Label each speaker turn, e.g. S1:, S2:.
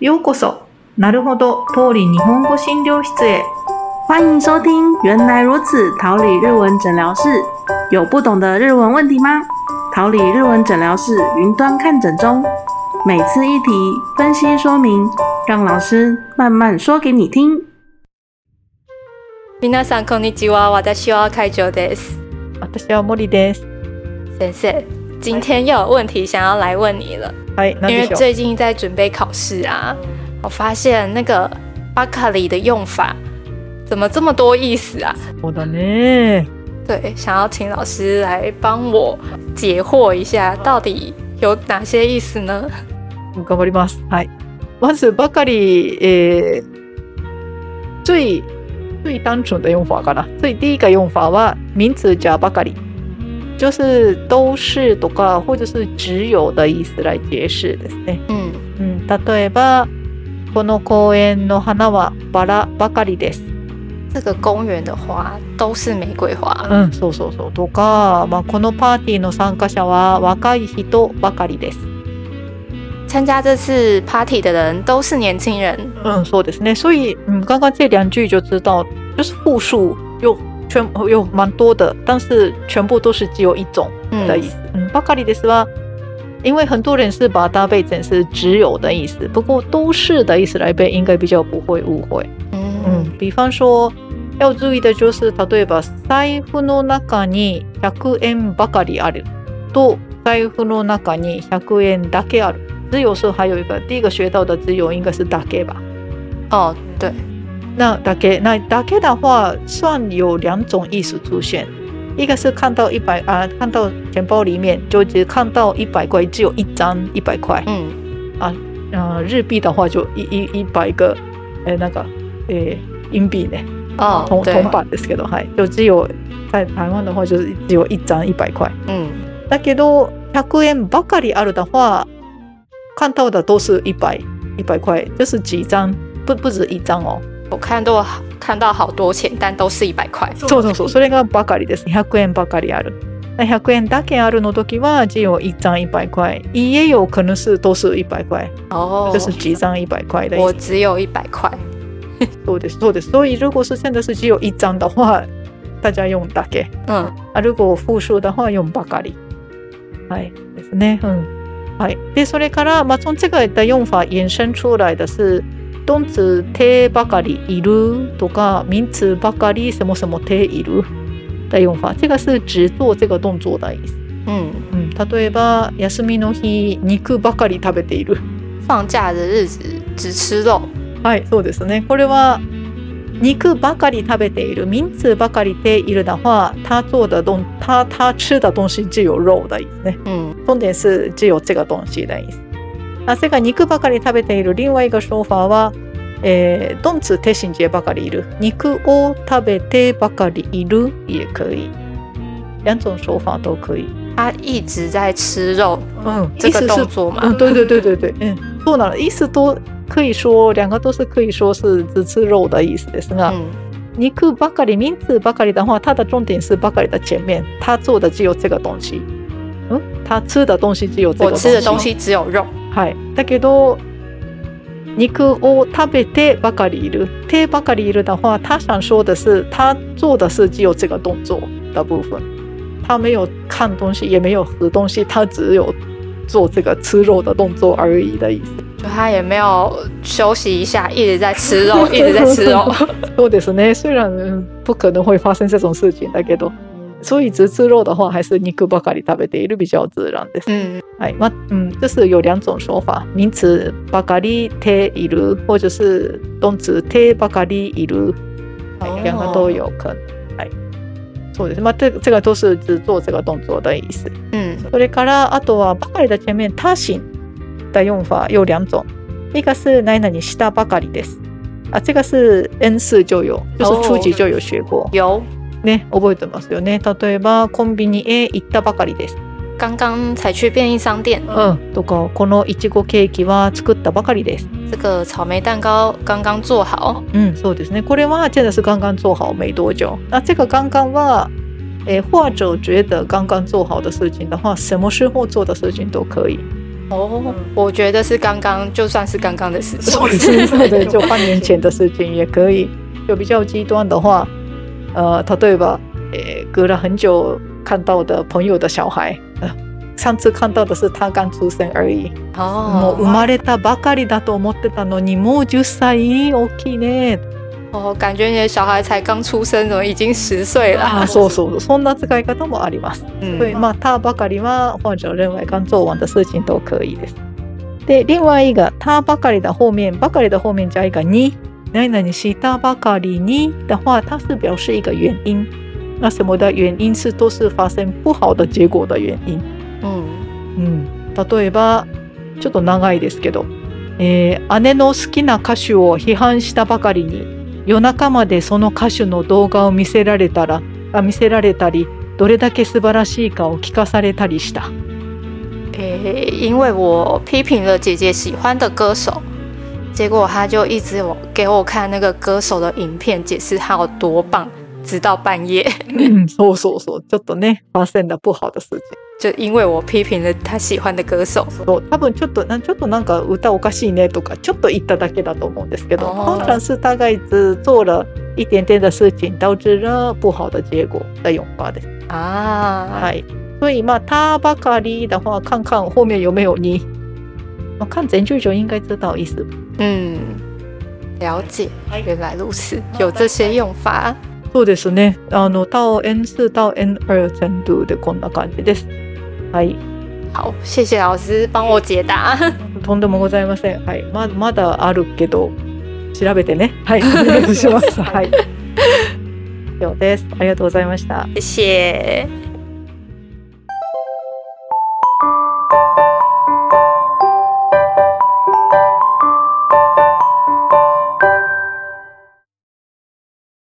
S1: ようこそ、なるほど、通り日本語診療室へ。
S2: 欢迎收听《原来如此》桃李日文诊疗室。有不懂的日文问题吗？桃李日文诊疗室云端看诊中，每次一题分析说明，让老师慢慢说给你听。
S3: 皆さんこんにちは，私は会長です。
S1: 私は森です。
S3: 先生，今天又有问题想要来问你了，
S1: はい、何
S3: 因为
S1: でしょう。
S3: 最近在准备考试啊，我发现那个巴卡里的用法怎么这么多意思啊？
S1: そうだね。
S3: 对，想要请老师来帮我解惑一下，到底有哪些意思呢？
S1: 頑張ります。はい。まずばかり、えー、最最单纯的用法かな。最第一个用法は名词加ばかり，就是都是とか或者是只有的意思来解释ですね。
S3: 嗯
S1: うん、例えばこの公園の花はバラばかりです。
S3: 这个公园的花都是玫瑰花。
S1: うん、そうそうそう。とか、まあ、このパーティーの参加者は若い人ばかりです。
S3: 参加这次 party 的人都是年轻人。
S1: 嗯，そうですね。所以，嗯，刚刚这两句就知道，就是复数又全又蛮多的，但是全部都是只有一种
S3: 嗯
S1: 的意思。嗯，ばかりですは，因为很多人是把它被成是只有的意思，不过都是的意思来背，应该比较不会误会。
S3: 嗯
S1: 比方说要注意的就是，例えば財布の中に100円ばかりあると財布の中に100円だけある。只有是还有一个第一个学到的只有应该是だけ吧？
S3: 哦对，
S1: 那だけ那だけ的话，算有两种意思出现。一个是看到一百啊，看到钱包里面就只看到一百块，只有一张一百块。
S3: 嗯。
S1: 呃，日币的话就一一一百个，呃，那个，呃，硬币呢？
S3: 哦，
S1: 同
S3: 对，
S1: 同版ですけど、はい、就只有在台湾的话就是只有一张一百块。
S3: 嗯，
S1: だけど100円ばかりある的话，看到的都是一百一百块，就是几张，不不止一张哦。
S3: 我看到看到好多钱，但都是一百块。
S1: そうそうそう、それがばかりです。100円ばかりある。100円だけあるの時は只有一张一百块，也有可能是都是一百块，
S3: 哦
S1: 就是几张一百块的意
S3: 我
S1: 思。
S3: 只有一百块。
S1: そうですそうです。所以如果是真的是只有一张的话，大家用だけ。
S3: 嗯，
S1: ある語を複数だは4ばかり。はい。ですね。うん。はい。で、それから、まあ、その違った4法延伸出来的是、動詞、てばかりいるとか、名詞ばかり、そもそもている。第4法。这个是只做这个动作的意思。
S3: 嗯，
S1: うん。例えば、休みの日、肉ばかり食べている。
S3: 放假的日子只吃肉。
S1: はい、そうですね。これは肉ばかり食べている、名詞ばかりている的话，他做的东，他他吃的东西只有肉的意思ね。
S3: 嗯
S1: 重点是只有这个东西的意思。那这个肉ばかり食べている另外一个说法は、えー、動詞手心节ばかりいる、肉を食べてばかりいる也可以，两种说法都可以。
S3: 他一直在吃肉
S1: 嗯，
S3: 这
S1: 意思
S3: 个
S1: 是
S3: 动作嘛。
S1: 嗯，对对对对对，嗯，そうなの。意思都可以说，两个都是可以说是只吃肉的意思ですが、
S3: 嗯
S1: 肉ばかり、名字ばかり的话，它的重点是“ばかり”的前面，他做的只有这个东西。嗯，他吃的东西只有这个
S3: 我
S1: 东西。
S3: 吃的东。西只有肉。
S1: はい。だけど、肉を食べてばかりいる。てばかりいる的话，他想说的是，他做的是只有这个动作的部分，他没有看东西，也没有喝东西，他只有做这个吃肉的动作而已的意思。
S3: 就他也没有休息一下，一直在 吃肉，一直在吃肉。
S1: そうですね。虽然嗯不可能会发生这种事情，だけど、所以只吃肉的话，还是肉ばかり食べている比较自然です。
S3: 嗯
S1: 哎，那嗯，就是有两种说法，名词ばかりている，或者是动词てばかりいる，哎
S3: 哦
S1: 两个都有可能。哎，そうです。まあ、这这个都是只做这个动作的意思。
S3: 嗯
S1: それからあとはばかり的前面他心的用法有两种，一个是何々したばかりです。啊，这个是 N 四就有，就是初级就有学过，
S3: 有。
S1: ね、覚えてますよね。例えばコンビニへ行ったばかりです。
S3: 刚刚才去便利商店，
S1: うん。とかこのいちごケーキは作ったばかりです。
S3: 这个草莓蛋糕刚刚做好。
S1: 嗯，そうですね。これは真的是刚刚做好没多久。那这个刚刚は，诶，或者觉得刚刚做好的事情的话，什么时候做的事情都可以。
S3: 哦，我觉得是刚刚，就算是刚刚的事情
S1: 或，者是对，就半年前的事情也可以。就比较极端的话，呃，例えば，呃，隔了很久看到的朋友的小 孩，呃、上次看到的是他刚出生而已。もう生
S3: 哦，
S1: まれたばかりだと思ってたのに、もう10歳大きいね。
S3: 哦，感觉你的小孩才刚出生，怎么已经十岁了？
S1: ああ、そうそう、そんな使い方もあります。啊对，
S3: 嗯，
S1: 那他ばかりは患者认为刚做完的事情都可以です。で、另外一个他ばかり的后面，ばかり的后面加一个に，何々したばかりに的话，它是表示一个原因。那什么的原因是都是发生不好的结果的原因。
S3: 嗯，
S1: 嗯，例えばちょっと長いですけど、えー姉の好きな歌手を批判したばかりに夜中までその歌手の動画を見せられたらあ見せられたりどれだけ素晴らしいかを聞かされたりした。
S3: 诶，因为我批评了姐姐喜欢的歌手，结果她就一直有给我看那个歌手的影片，解释他有多棒，直到半夜。
S1: 嗯，そうそうそう、ちょっとね、发生的不好的事情。
S3: 就因为我批评了他喜欢的歌手，
S1: そう多分ちょっとなちょっとなんか歌おかしいねとかちょっと言っただけだと思うんですけど、
S3: 哦
S1: 通常是大概只做了一点点的事情，导致了不好的结果的用法です。
S3: 啊，
S1: はい。所以まあ他ばかり的话，看看后面有没有你。我看前句就应该知道意思吧。
S3: 嗯，了解，原来如此，有这些用法。
S1: そうですね。あの到 N 四到 N 二程度でこんな感じです。はい。
S3: 好，谢谢老师帮我解答。
S1: とんでもございません。はい。ままだあるけど調べてね。 はい。お願いします。はい。以上です。ありがとうございました。
S3: 谢谢。